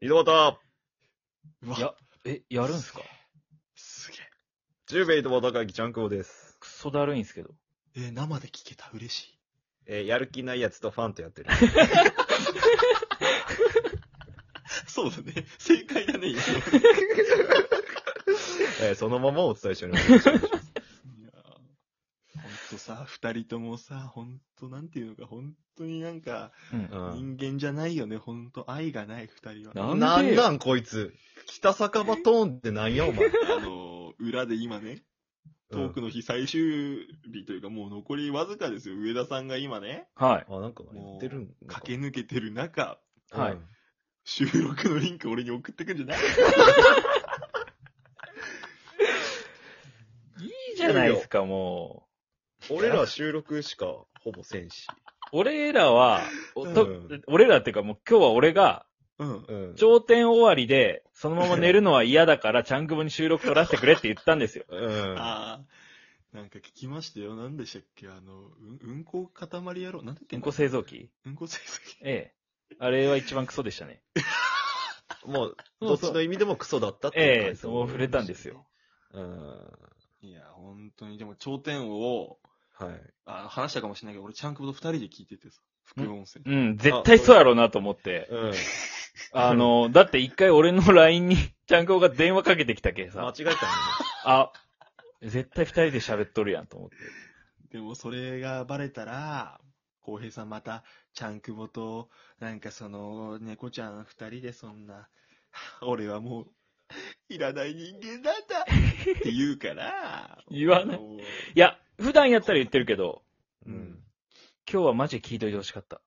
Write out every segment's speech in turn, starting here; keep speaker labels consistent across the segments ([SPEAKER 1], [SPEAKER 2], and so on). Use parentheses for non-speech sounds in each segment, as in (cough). [SPEAKER 1] 井戸端
[SPEAKER 2] うわ
[SPEAKER 3] いや、え、やるんすか
[SPEAKER 2] すげ
[SPEAKER 1] 十兵衛井戸端会議ちゃんこうです。
[SPEAKER 3] クソだるいんすけど。
[SPEAKER 2] え。えー生で聞けた、嬉し
[SPEAKER 1] えーやる気ないやつとファンとやってる。
[SPEAKER 2] い。 (laughs) そうだね。正解だね、今のい
[SPEAKER 1] (laughs) えーそのままお伝えしております。
[SPEAKER 2] やーほんとさ、二人ともさ、ほんとなんていうのか、ほんとになんか、
[SPEAKER 3] うん
[SPEAKER 1] う。ん
[SPEAKER 2] 人間じゃないよね、ほんと。愛がない二人は。
[SPEAKER 3] なんで
[SPEAKER 1] なんなんこいつ。北酒場トーンってなんやお前。
[SPEAKER 2] あのー、裏で今ね、トークの日最終日というか、もう残りわずかですよ。上田さんが今ね、
[SPEAKER 3] はい。
[SPEAKER 1] うんあ、なんか言ってるんだ
[SPEAKER 2] 駆け抜けてる中、
[SPEAKER 3] けはい
[SPEAKER 1] うん
[SPEAKER 2] 収録のリンク俺に送ってくんじゃ (laughs) ない
[SPEAKER 3] いいじゃないですか、も
[SPEAKER 1] 俺ら収録しかほぼせんし。
[SPEAKER 3] う。俺らは、おと
[SPEAKER 1] うん
[SPEAKER 3] 俺らっていうかもう今日は俺が、
[SPEAKER 2] うん。
[SPEAKER 1] うん。
[SPEAKER 3] 頂点終わりで、そのまま寝るのは嫌だから、チャンクボに収録取らせてくれって言ったん (laughs) ですよ。
[SPEAKER 1] うん。
[SPEAKER 2] ああ、なんか聞きましたよ。なんでしたっけあの、うん、うんこ塊野郎。なんて言って
[SPEAKER 3] うんんこ
[SPEAKER 2] の
[SPEAKER 3] 製造機
[SPEAKER 2] うんこ製造機。
[SPEAKER 3] ええ。あれは一番クソでしたね。
[SPEAKER 1] もう、どっちの意味でもクソだったっていう
[SPEAKER 3] ええ、
[SPEAKER 1] 感想
[SPEAKER 3] そう触れたんですよ。
[SPEAKER 1] うん。
[SPEAKER 2] いや、本当に、でも、頂点を、
[SPEAKER 1] はい。
[SPEAKER 2] あ話したかもしれないけど、俺、ちゃんくぼと二人で聞いててさ、副音声。
[SPEAKER 3] うん、絶対そうやろうなと思って。
[SPEAKER 1] うん。
[SPEAKER 3] あの、だって一回俺の LINE に、 (laughs) ちゃんこが電話かけてきたけ
[SPEAKER 1] 間違えた
[SPEAKER 3] さ、
[SPEAKER 1] んだね。
[SPEAKER 3] あ、絶対二人で喋っとるやんと思って。
[SPEAKER 2] でも、それがバレたら、浩平さんまた、ちゃんくぼと、なんかその、猫ちゃん二人でそんな、俺はもう、いらない人間なんだって言うから、
[SPEAKER 3] (laughs) 言わない
[SPEAKER 2] もう。
[SPEAKER 3] いや、普段やったら言ってるけど、
[SPEAKER 1] (laughs) うん。
[SPEAKER 3] 今日はマジで聞いといてほしかった。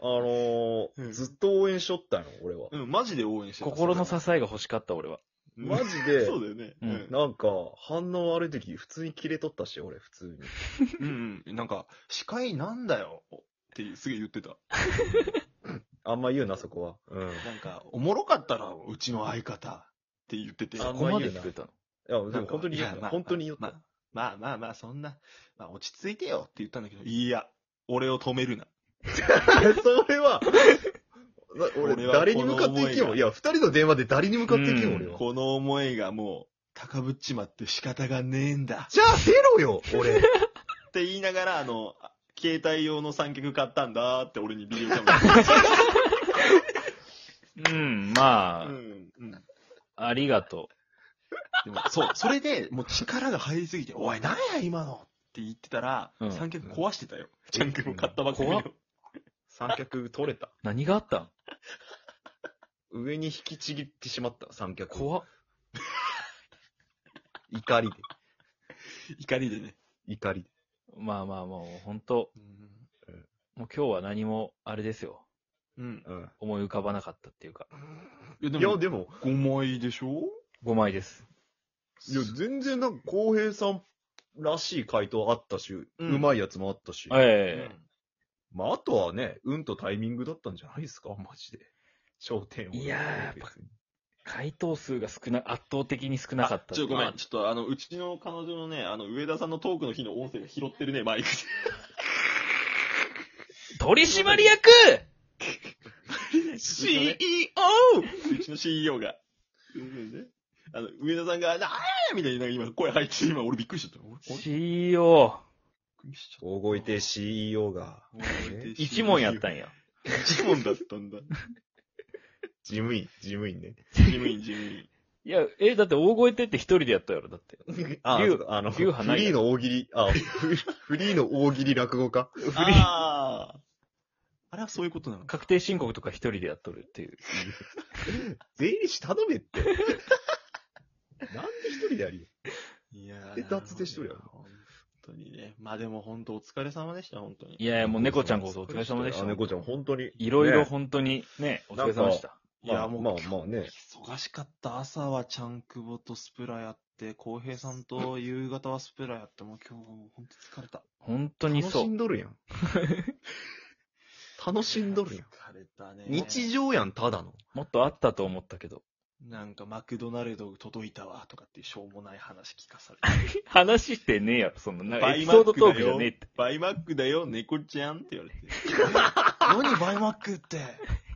[SPEAKER 1] あの
[SPEAKER 2] う
[SPEAKER 1] ー、
[SPEAKER 2] ん
[SPEAKER 1] ずっと応援しとったよ、俺は。
[SPEAKER 2] うん、マジで応援してた。
[SPEAKER 3] 心の支
[SPEAKER 2] さ、
[SPEAKER 3] えが欲しかった、俺は。
[SPEAKER 1] マジで
[SPEAKER 2] (laughs) そうだよね。
[SPEAKER 3] うん
[SPEAKER 1] なんか、反応悪い時、普通にキレとったし、俺、普通に。
[SPEAKER 2] うんうん。なんか、司会なんだよってすげえ言ってた。
[SPEAKER 1] あんま言うな、そこは。うん。い
[SPEAKER 2] なんか、おもろかったな、うちの相方って言ってて。
[SPEAKER 1] あ
[SPEAKER 3] そ
[SPEAKER 1] ん
[SPEAKER 3] こ
[SPEAKER 1] ま
[SPEAKER 3] ま
[SPEAKER 1] 言
[SPEAKER 3] で
[SPEAKER 1] うな
[SPEAKER 3] 言ってたの。
[SPEAKER 1] や、で
[SPEAKER 2] なん
[SPEAKER 1] も
[SPEAKER 2] か
[SPEAKER 1] 本当に
[SPEAKER 2] い
[SPEAKER 1] 言
[SPEAKER 2] や
[SPEAKER 1] う
[SPEAKER 2] ま
[SPEAKER 1] な。
[SPEAKER 2] あ
[SPEAKER 1] 本当に言っ
[SPEAKER 2] ま
[SPEAKER 1] た
[SPEAKER 2] あ。まあまあまあ、そんな、まあ落ち着いてよって言ったんだけど、いや、俺を止めるな。
[SPEAKER 1] (laughs) それは、な
[SPEAKER 2] 俺
[SPEAKER 1] 俺、
[SPEAKER 2] は
[SPEAKER 1] 誰に向かってい
[SPEAKER 2] この思い
[SPEAKER 1] け
[SPEAKER 2] が
[SPEAKER 1] よ。いや、二人の電話で誰に向かっていけよ、
[SPEAKER 3] うん
[SPEAKER 1] 俺は。
[SPEAKER 2] この思いがもう、高ぶっちまって仕方がねえんだ。
[SPEAKER 1] じゃあ、出ろよ、俺。
[SPEAKER 2] って言いながら、あの、携帯用の三脚買ったんだって俺にビデオカメラ。
[SPEAKER 3] うん、まあ、
[SPEAKER 2] うん、うん。で
[SPEAKER 3] ありがと
[SPEAKER 2] も、そう、それで、もう力が入りすぎて、おい、なんや今のって言ってたら、
[SPEAKER 3] うん
[SPEAKER 2] 三脚壊してたよ。ジャンクも買ったばっかり
[SPEAKER 3] 怖
[SPEAKER 2] の
[SPEAKER 3] っ。
[SPEAKER 1] (laughs) 三脚取れた
[SPEAKER 3] う。。何があったん
[SPEAKER 1] 上に引きちぎってしまった、三脚。
[SPEAKER 3] 怖っ。
[SPEAKER 1] 怒りで。
[SPEAKER 2] 怒りでね。
[SPEAKER 1] 怒りで。
[SPEAKER 3] まあまあもう、本当
[SPEAKER 2] う
[SPEAKER 3] もう今日は何も、あれですよ。
[SPEAKER 2] ん。
[SPEAKER 1] うん。
[SPEAKER 3] 思い浮かばなかったっていうか、
[SPEAKER 2] い
[SPEAKER 1] い
[SPEAKER 2] や、で
[SPEAKER 1] や、
[SPEAKER 2] も、
[SPEAKER 1] でも、
[SPEAKER 2] 5枚でしょ
[SPEAKER 3] 5枚です。
[SPEAKER 1] いや、全然なんか、浩平さんらしい回答あったし、うんまいやつもあったし。
[SPEAKER 3] ええ
[SPEAKER 1] まあ、あとはね、運とタイミングだったんじゃないですか、 (laughs) マジで。焦点を。
[SPEAKER 3] いやーやっぱ
[SPEAKER 1] 別に
[SPEAKER 3] 回答数が少な、圧倒的に少なかった
[SPEAKER 2] ちょ、ごめん。
[SPEAKER 3] あ
[SPEAKER 2] ちょっと、あの、うちの彼女のね、あの、上田さんのトークの日の音声が拾ってるね、マイク
[SPEAKER 3] 取締役
[SPEAKER 2] で。CEO! うちの CEO が。あの、上田さんが、なあーみたいな、今、声入って、今、俺びっくりしちゃった。俺、俺びっ
[SPEAKER 3] ?CEO。
[SPEAKER 2] くりしちゃ
[SPEAKER 1] 大声で CEO が、
[SPEAKER 2] った。
[SPEAKER 3] 一問やったん
[SPEAKER 2] や。
[SPEAKER 3] や。
[SPEAKER 2] 一問だったんだ。
[SPEAKER 1] 事務員、事務員ね。
[SPEAKER 2] 事務員、事務員。
[SPEAKER 3] いや、え、だって大声ってって一人でやったやろ、だって。
[SPEAKER 1] あ、
[SPEAKER 3] 竜
[SPEAKER 1] そうかあの、フ
[SPEAKER 3] 竜
[SPEAKER 1] リ
[SPEAKER 3] 派ない
[SPEAKER 1] ーの大喜利、あ、フフリーの大喜利落語家
[SPEAKER 2] ああ。あれはそういうことなのか。
[SPEAKER 3] 確定申告とか一人でやっとるっていう。
[SPEAKER 1] 税理士頼め
[SPEAKER 3] (laughs)
[SPEAKER 1] って。なんで一人でやるよ。
[SPEAKER 2] いや
[SPEAKER 1] で脱税しとるやろ
[SPEAKER 2] 本当にね。まあでも本当お疲れ様でした、本当に。
[SPEAKER 3] いやいや、もう猫ちゃんこそお疲れ様でした。
[SPEAKER 1] あ猫ちゃん、本当に。
[SPEAKER 3] いろいろ
[SPEAKER 1] ね
[SPEAKER 3] 本当にね、お疲れ様でした。
[SPEAKER 2] いや、もう、
[SPEAKER 1] まあまあね。
[SPEAKER 2] 忙しかった。朝はちゃんくぼとスプラやって、浩平さんと夕方はスプラやって、もう今日もう本当疲れた。
[SPEAKER 3] 本当に
[SPEAKER 1] 楽
[SPEAKER 3] そ
[SPEAKER 1] し
[SPEAKER 3] う。
[SPEAKER 1] んど
[SPEAKER 3] (laughs)
[SPEAKER 1] るやん。楽しんどるやん。
[SPEAKER 2] 疲れたね。
[SPEAKER 1] 日常やん、ただの。
[SPEAKER 3] もっとあったと思ったけど。 (laughs)
[SPEAKER 2] なんかマクドナルド届いたわ、とかっていうしょうもない話聞かされ
[SPEAKER 1] (laughs)
[SPEAKER 3] 話してねえやろ、そんな。なんか
[SPEAKER 2] バ
[SPEAKER 3] エ
[SPEAKER 2] イ
[SPEAKER 3] ピ
[SPEAKER 2] マッ
[SPEAKER 3] ソー
[SPEAKER 2] ク
[SPEAKER 3] ド
[SPEAKER 2] だよ
[SPEAKER 3] トークじゃねえって。
[SPEAKER 1] (laughs)
[SPEAKER 2] バイマックだよ、猫ちゃんって言われて。何バイマックって。い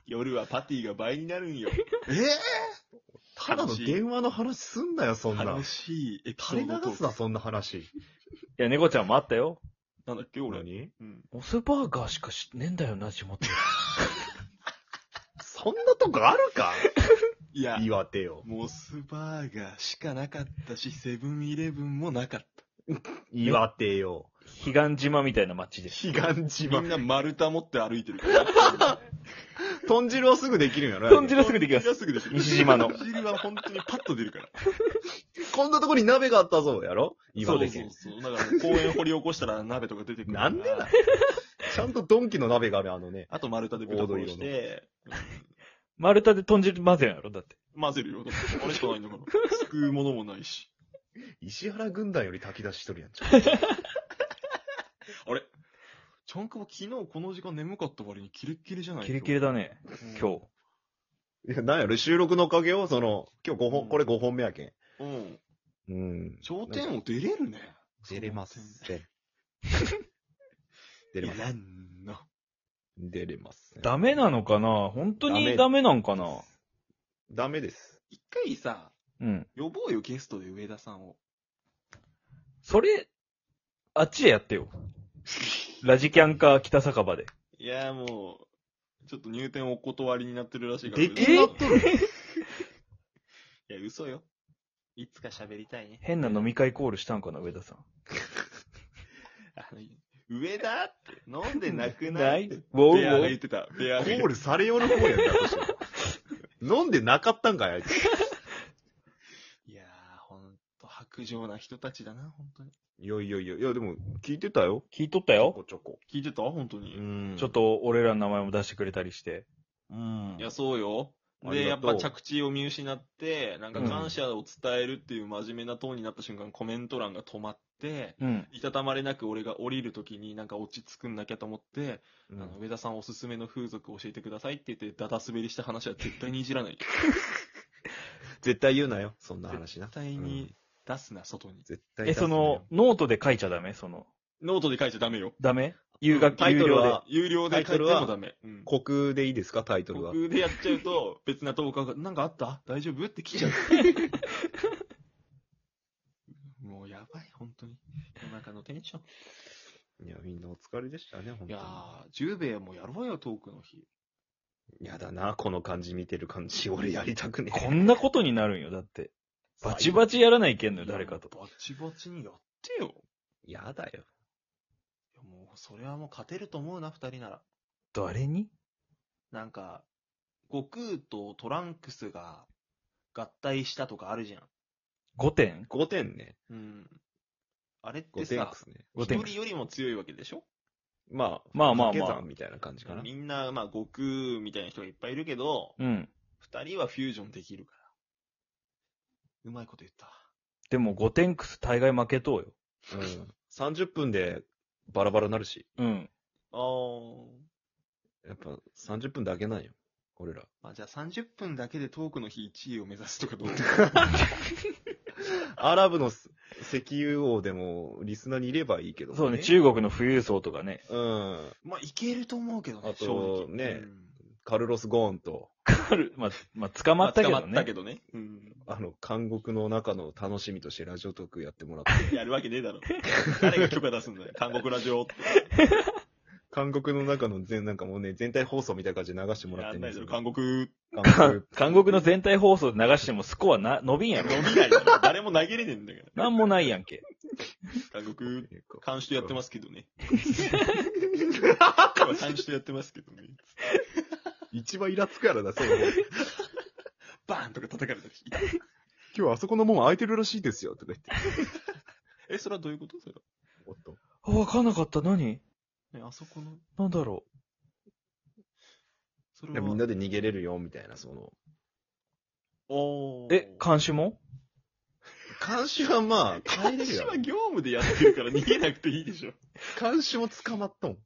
[SPEAKER 2] 夜はパティが倍になるんよ。
[SPEAKER 1] ええただの電話の話すんなよ、そんな
[SPEAKER 2] 楽。しいエピソ
[SPEAKER 1] 垂れ
[SPEAKER 2] ードト
[SPEAKER 1] 流
[SPEAKER 2] ー
[SPEAKER 1] す
[SPEAKER 2] ク
[SPEAKER 1] な、。そんな話。
[SPEAKER 3] や、猫ちゃんもあったよ。
[SPEAKER 2] なんだっけ、俺。
[SPEAKER 1] 何
[SPEAKER 2] うん。
[SPEAKER 3] モスバーガーしか知ってねえんだよな、地 (laughs) 元。
[SPEAKER 1] そんなとこあるか
[SPEAKER 2] いや、
[SPEAKER 1] 岩手よ。
[SPEAKER 2] モスバーガーしかなかったし、セブンイレブンもなかっ
[SPEAKER 1] 岩手よ。
[SPEAKER 3] 彼岸島みたいな街です。
[SPEAKER 1] 悲願
[SPEAKER 2] た。
[SPEAKER 1] 島
[SPEAKER 2] みん。な丸太持って歩いてるから。
[SPEAKER 1] 豚汁はすぐできるんやろ
[SPEAKER 3] 豚汁はすぐできます
[SPEAKER 2] 豚汁はすぐできる
[SPEAKER 3] 西島の
[SPEAKER 2] 豚汁は本当にパッと出るから。
[SPEAKER 1] こんなとこに鍋があったぞ、やろ岩手県。
[SPEAKER 2] そうそうそう。だから、公園掘り起こしたら鍋とか出てくるから。
[SPEAKER 1] なんで
[SPEAKER 2] (laughs)
[SPEAKER 1] だちゃんとドンキの鍋がある、あのね。
[SPEAKER 2] あと丸太で豚殺して、
[SPEAKER 3] 丸太で豚汁混ぜんやろだって。
[SPEAKER 2] 混ぜるよ。だってあれしかないんだから。すくうものもないし。
[SPEAKER 1] 石原軍団より炊き出ししとるやんちゃう。
[SPEAKER 2] ちゃんくぼ昨日この時間眠かった割にキレッキレじゃない
[SPEAKER 3] キレキレだね、今日。
[SPEAKER 1] いや、なんやろ収録のおかげを、その、今日5
[SPEAKER 2] うん
[SPEAKER 1] 本、これ5本目やけん。
[SPEAKER 2] 日。うん。
[SPEAKER 1] うん。
[SPEAKER 2] 頂点を出れるね。
[SPEAKER 1] 出れません。出
[SPEAKER 2] い
[SPEAKER 1] れません。
[SPEAKER 2] らんの。
[SPEAKER 1] 出れません。
[SPEAKER 3] ダメなのかな本当にダ
[SPEAKER 1] ダ
[SPEAKER 3] メなんかな
[SPEAKER 1] ダメです。
[SPEAKER 2] 一回さ、
[SPEAKER 3] うん。
[SPEAKER 2] 呼ぼうよ、ゲストで上田さんを。
[SPEAKER 3] それ、あっちでや (laughs) ってよ。ラジキャンか北酒場で。
[SPEAKER 2] いや、もう、ちょっと入店お断りになってるらしいから。
[SPEAKER 1] 出来上がっとる。
[SPEAKER 2] いや、嘘よ。いつか喋りたいね。
[SPEAKER 3] 変な飲み会コールしたんかな上田さん。
[SPEAKER 2] あの上田って飲んでなくな
[SPEAKER 3] ないい
[SPEAKER 2] って
[SPEAKER 3] ウォ
[SPEAKER 2] フ
[SPEAKER 3] ウ
[SPEAKER 2] ェアが
[SPEAKER 3] ウ
[SPEAKER 2] 言
[SPEAKER 3] ォ
[SPEAKER 2] ってた。フェア
[SPEAKER 1] (laughs) コ
[SPEAKER 2] が言って
[SPEAKER 1] ールされようの方やん私は飲んでなかったんかい、あいつ。
[SPEAKER 2] たいやー、ほんと白状な人たちだな、ほんとに。
[SPEAKER 1] いやいやいや、いやでも、聞いてたよ。
[SPEAKER 3] 聞いとっ
[SPEAKER 1] ち
[SPEAKER 3] た
[SPEAKER 1] ょ
[SPEAKER 3] よ
[SPEAKER 1] こちょこ。
[SPEAKER 2] 聞いてたほんとに。
[SPEAKER 1] ん
[SPEAKER 3] ちょっ。と俺らの名前も出してくれたりして。
[SPEAKER 1] うん
[SPEAKER 2] いや、そうよ。
[SPEAKER 1] あり
[SPEAKER 2] で、や
[SPEAKER 1] が
[SPEAKER 2] っ
[SPEAKER 1] とう
[SPEAKER 2] ぱ着地を見失って、なんか感謝を伝えるっていう真面目なトーンになった瞬間、コメント欄が止まって、
[SPEAKER 3] うん。
[SPEAKER 2] いたたまれなく俺が降りるときになんか落ち着くんなきゃと思って、
[SPEAKER 1] う
[SPEAKER 2] あの、
[SPEAKER 1] ん
[SPEAKER 2] 上田さんおすすめの風俗教えてくださいって言って、ダダ滑りした話は絶対にい
[SPEAKER 1] (laughs)
[SPEAKER 2] じらない。絶
[SPEAKER 1] 絶対言うなよ、そんな話な。
[SPEAKER 2] 対
[SPEAKER 1] うん
[SPEAKER 2] に出すな、外に。
[SPEAKER 1] 絶対
[SPEAKER 3] え、
[SPEAKER 1] 出すな
[SPEAKER 3] そ
[SPEAKER 1] よ
[SPEAKER 3] の、、ノートで書いちゃダメその、
[SPEAKER 2] ノートで書いちゃダメよ。
[SPEAKER 3] ダメ有学
[SPEAKER 1] タイ
[SPEAKER 3] 有
[SPEAKER 1] トル
[SPEAKER 3] 料で。
[SPEAKER 1] は、
[SPEAKER 2] 有料で書いてもダメ。うん
[SPEAKER 1] 虚空でいいですか、タイトルは。
[SPEAKER 2] 僕でやっちゃうと、別な投稿が、なんかあった大丈夫って来ち
[SPEAKER 1] (laughs)
[SPEAKER 2] ゃう。もうやばい、本当に。夜中のテンション。
[SPEAKER 1] いや、みんなお疲れでしたね、本
[SPEAKER 2] い
[SPEAKER 1] 当
[SPEAKER 2] や
[SPEAKER 1] に。
[SPEAKER 2] ー、十兵衛もやろうよ、トークの日。
[SPEAKER 1] やだな、この感じ見てる感じ、俺やりたくね
[SPEAKER 3] こ
[SPEAKER 1] え。
[SPEAKER 3] んなことになるんよ。だって。バチバチやらないけんのよ、誰かと。
[SPEAKER 2] バチバチにやってよ。い
[SPEAKER 1] やだよ。
[SPEAKER 2] や、もう、それはもう勝てると思うな、二人なら。
[SPEAKER 3] 誰に
[SPEAKER 2] なんか、悟空とトランクスが合体したとかあるじゃん。
[SPEAKER 3] ?5 点
[SPEAKER 1] 5点ね。
[SPEAKER 2] うん。あれって
[SPEAKER 1] 5点
[SPEAKER 2] さ
[SPEAKER 1] で、すね。
[SPEAKER 3] 5
[SPEAKER 2] 一
[SPEAKER 3] 点
[SPEAKER 2] 人。よりも強いわけでしょ
[SPEAKER 1] まあ、
[SPEAKER 3] まあまあまあ
[SPEAKER 1] 掛け算みたいな感じかな。
[SPEAKER 2] みんな、まあ、悟空みたいな人がいっぱいいるけど、
[SPEAKER 3] うん。
[SPEAKER 2] 二人はフュージョンできるから。うまいこと言った。
[SPEAKER 3] でも5点くす大概負けとうよ。
[SPEAKER 1] うん。30分でバラバラなるし。
[SPEAKER 3] うん。
[SPEAKER 2] あー。
[SPEAKER 1] やっぱ30分だけなんよ。俺ら。
[SPEAKER 2] まあ、じゃあ30分だけでトークの日1位を目指すとか
[SPEAKER 3] (laughs)
[SPEAKER 2] どう
[SPEAKER 1] アラブのす石油王でも、リスナーにいればいいけど、
[SPEAKER 3] そうね、中国の富裕層とかね。
[SPEAKER 1] うん。
[SPEAKER 2] まあ、いけると思うけどね、
[SPEAKER 1] あと
[SPEAKER 2] 正直。
[SPEAKER 1] ね
[SPEAKER 2] うん
[SPEAKER 1] カルロス・ゴーンと、
[SPEAKER 3] ある。まあ、まあ、捕まったけ
[SPEAKER 2] まあ
[SPEAKER 3] ど
[SPEAKER 2] 捕まった
[SPEAKER 3] ね
[SPEAKER 2] け。どね。うん。
[SPEAKER 1] あの、監獄の中の楽しみとしてラジオトークやってもら
[SPEAKER 2] (laughs)
[SPEAKER 1] って、
[SPEAKER 2] やるわけねえだろ。誰が許可出すん
[SPEAKER 1] (laughs)
[SPEAKER 2] だよ。韓国ラジオって。
[SPEAKER 1] 監獄の中の全、なんかもうね、全体放送みたいな感じで流してもらっ
[SPEAKER 2] や
[SPEAKER 1] て
[SPEAKER 2] ん
[SPEAKER 1] るんで
[SPEAKER 2] ない
[SPEAKER 1] す
[SPEAKER 2] だろ。
[SPEAKER 1] よ。
[SPEAKER 2] 韓国、
[SPEAKER 1] 韓獄
[SPEAKER 3] (laughs) 韓国の全体放送で流してもスコアな、伸びんやろ。
[SPEAKER 2] (laughs) 伸びないだろ。誰も投げれねえんだか
[SPEAKER 3] なんもないやんけ。
[SPEAKER 2] ら。韓国、
[SPEAKER 1] 韓
[SPEAKER 2] 監視とやってますけ
[SPEAKER 1] (laughs)
[SPEAKER 2] どね。 (laughs) 監視とやってますけどね。
[SPEAKER 1] 一番イラつくやろな、そう。今
[SPEAKER 2] バーンとか叩かれたりして。
[SPEAKER 1] 日あそこの門開いてるらしいですよ、とか言って。
[SPEAKER 2] え、それはどういうことそれ
[SPEAKER 1] おっと。
[SPEAKER 3] あわかんなかった。何
[SPEAKER 2] は。ね、あそこの、
[SPEAKER 3] なんだろ
[SPEAKER 2] そ
[SPEAKER 1] い
[SPEAKER 2] れ
[SPEAKER 1] や
[SPEAKER 2] は。
[SPEAKER 1] みんなで逃げれるよ、みたいな、その。
[SPEAKER 2] お
[SPEAKER 3] う。え、監視も
[SPEAKER 1] 監視はまあ、帰
[SPEAKER 2] 監
[SPEAKER 1] れる
[SPEAKER 2] 視
[SPEAKER 1] よ
[SPEAKER 2] は。業務でやってるから逃げなくていいで
[SPEAKER 1] (laughs)
[SPEAKER 2] しょ。
[SPEAKER 1] 監視も捕まったもん。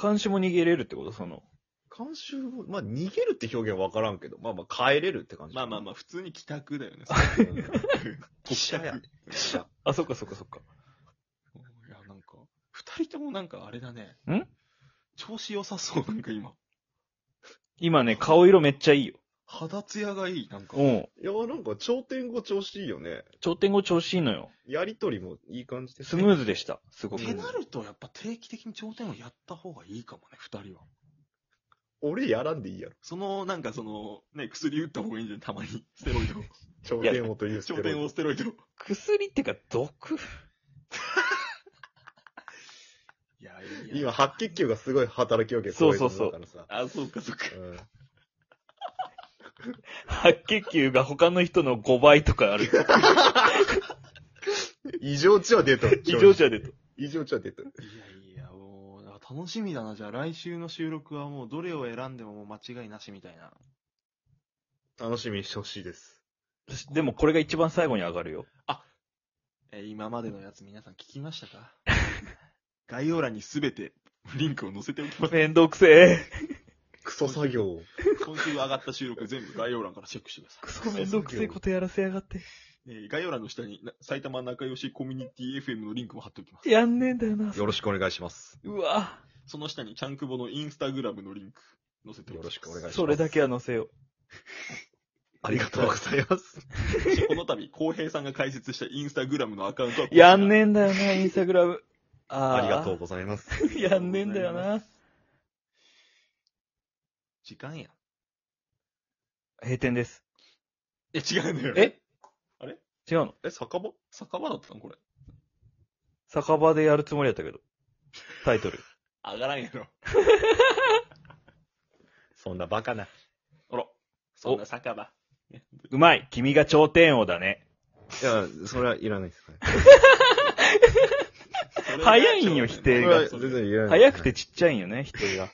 [SPEAKER 3] 監視も逃げれるってことその。
[SPEAKER 1] 監修も、まあ、逃げるって表現はわからんけど、まあまあ、帰れるって感じ。
[SPEAKER 2] まあまあま
[SPEAKER 1] あ。
[SPEAKER 2] あ、普通に帰宅だよね。帰
[SPEAKER 1] 記者や
[SPEAKER 2] 宅。
[SPEAKER 3] あ、そっかそっかそっか。
[SPEAKER 2] いや、なんか、二人ともなんかあれだね。
[SPEAKER 3] ん
[SPEAKER 2] 調子良さそう、なんか今。
[SPEAKER 3] 今ね、顔色めっちゃいいよ。
[SPEAKER 2] 肌ツヤがいい、なんか。
[SPEAKER 3] う
[SPEAKER 1] (laughs)
[SPEAKER 3] ん。
[SPEAKER 1] いや、なんか、頂点語調子いいよね。
[SPEAKER 3] 頂点後調子いいのよ。
[SPEAKER 1] やりとりもいい感じです
[SPEAKER 3] ス
[SPEAKER 1] ね。
[SPEAKER 3] ムーズでした。すご
[SPEAKER 2] っ
[SPEAKER 3] く。
[SPEAKER 2] てなると、やっぱ定期的に頂点をやった方がいいかもね、二人は。
[SPEAKER 1] (laughs) 俺やらんでいいやろ。
[SPEAKER 2] その、なんかその、ね、薬打った方がいいんじゃん、たまに。 (laughs) ステロイド。
[SPEAKER 1] 頂点語というステ
[SPEAKER 2] 頂
[SPEAKER 1] ロイ
[SPEAKER 2] 点
[SPEAKER 1] ド
[SPEAKER 2] をステロイド。い
[SPEAKER 3] 薬ってか、毒。
[SPEAKER 2] や、いいや。
[SPEAKER 1] 今、白血球がすごい働きわけ
[SPEAKER 3] そうそうそう
[SPEAKER 1] こいの中のさ
[SPEAKER 2] あ、そうか、そうか。
[SPEAKER 1] うん
[SPEAKER 3] 白血球が他の人の5倍とかある。
[SPEAKER 1] 異常値は出とる。
[SPEAKER 3] 異常。者でと。
[SPEAKER 1] 異常値は出とる。
[SPEAKER 2] いやいや、もう、だから楽しみだな。じゃあ来週の収録はもうどれを選んでももう間違いなしみたいな。
[SPEAKER 1] 楽しみにしてほしいです。
[SPEAKER 3] でもこれが一番最後に上がるよ。
[SPEAKER 2] えー今までのやつ皆さん聞きましたか (laughs) 概要欄にすべてリンクを載せておきます。
[SPEAKER 3] めんどくせ
[SPEAKER 1] クソ作業を。
[SPEAKER 2] (laughs) 今週上がった収録全部概要欄からチェックしてくださ
[SPEAKER 3] え。めんどくせえことやらせやがって。
[SPEAKER 2] い。えー概要欄の下にな埼玉仲良しコミュニティ FM のリンクも貼っておきます。
[SPEAKER 3] やんねえんだよな。
[SPEAKER 1] よろしくお願いします。
[SPEAKER 3] うわ
[SPEAKER 2] その下にチャンクボのインスタグラムのリンク載せておきます。
[SPEAKER 1] よろしくお願いします
[SPEAKER 3] それだけは載せよう。
[SPEAKER 1] ありがとうございます。
[SPEAKER 2] そしてこの度、浩平さんが開設したインスタグラムのアカウントはこちら
[SPEAKER 3] やんねえんだよな、インスタグラム。あ
[SPEAKER 1] ありがとう
[SPEAKER 3] う。
[SPEAKER 1] ございます。
[SPEAKER 3] やんねえんだよな。
[SPEAKER 2] 時間や。
[SPEAKER 3] 閉店です。
[SPEAKER 2] え、違うのよ。
[SPEAKER 3] え
[SPEAKER 2] あれ
[SPEAKER 3] 違うの
[SPEAKER 1] え、酒場
[SPEAKER 2] 酒場だったのこれ。
[SPEAKER 3] 酒場でやるつもりやったけど。タイトル。
[SPEAKER 2] 上がらんやろ。
[SPEAKER 1] そんなバカな。
[SPEAKER 2] あら。そんな酒場。
[SPEAKER 3] うまい君が頂点王だね。
[SPEAKER 1] いや、それはいらないですね。
[SPEAKER 2] それが
[SPEAKER 3] 早いんよ
[SPEAKER 2] ちょうどね
[SPEAKER 3] 否
[SPEAKER 1] そ
[SPEAKER 3] 定
[SPEAKER 1] れ
[SPEAKER 3] が
[SPEAKER 1] は全然いらない。
[SPEAKER 3] 早くてちっちゃいんよね、人が。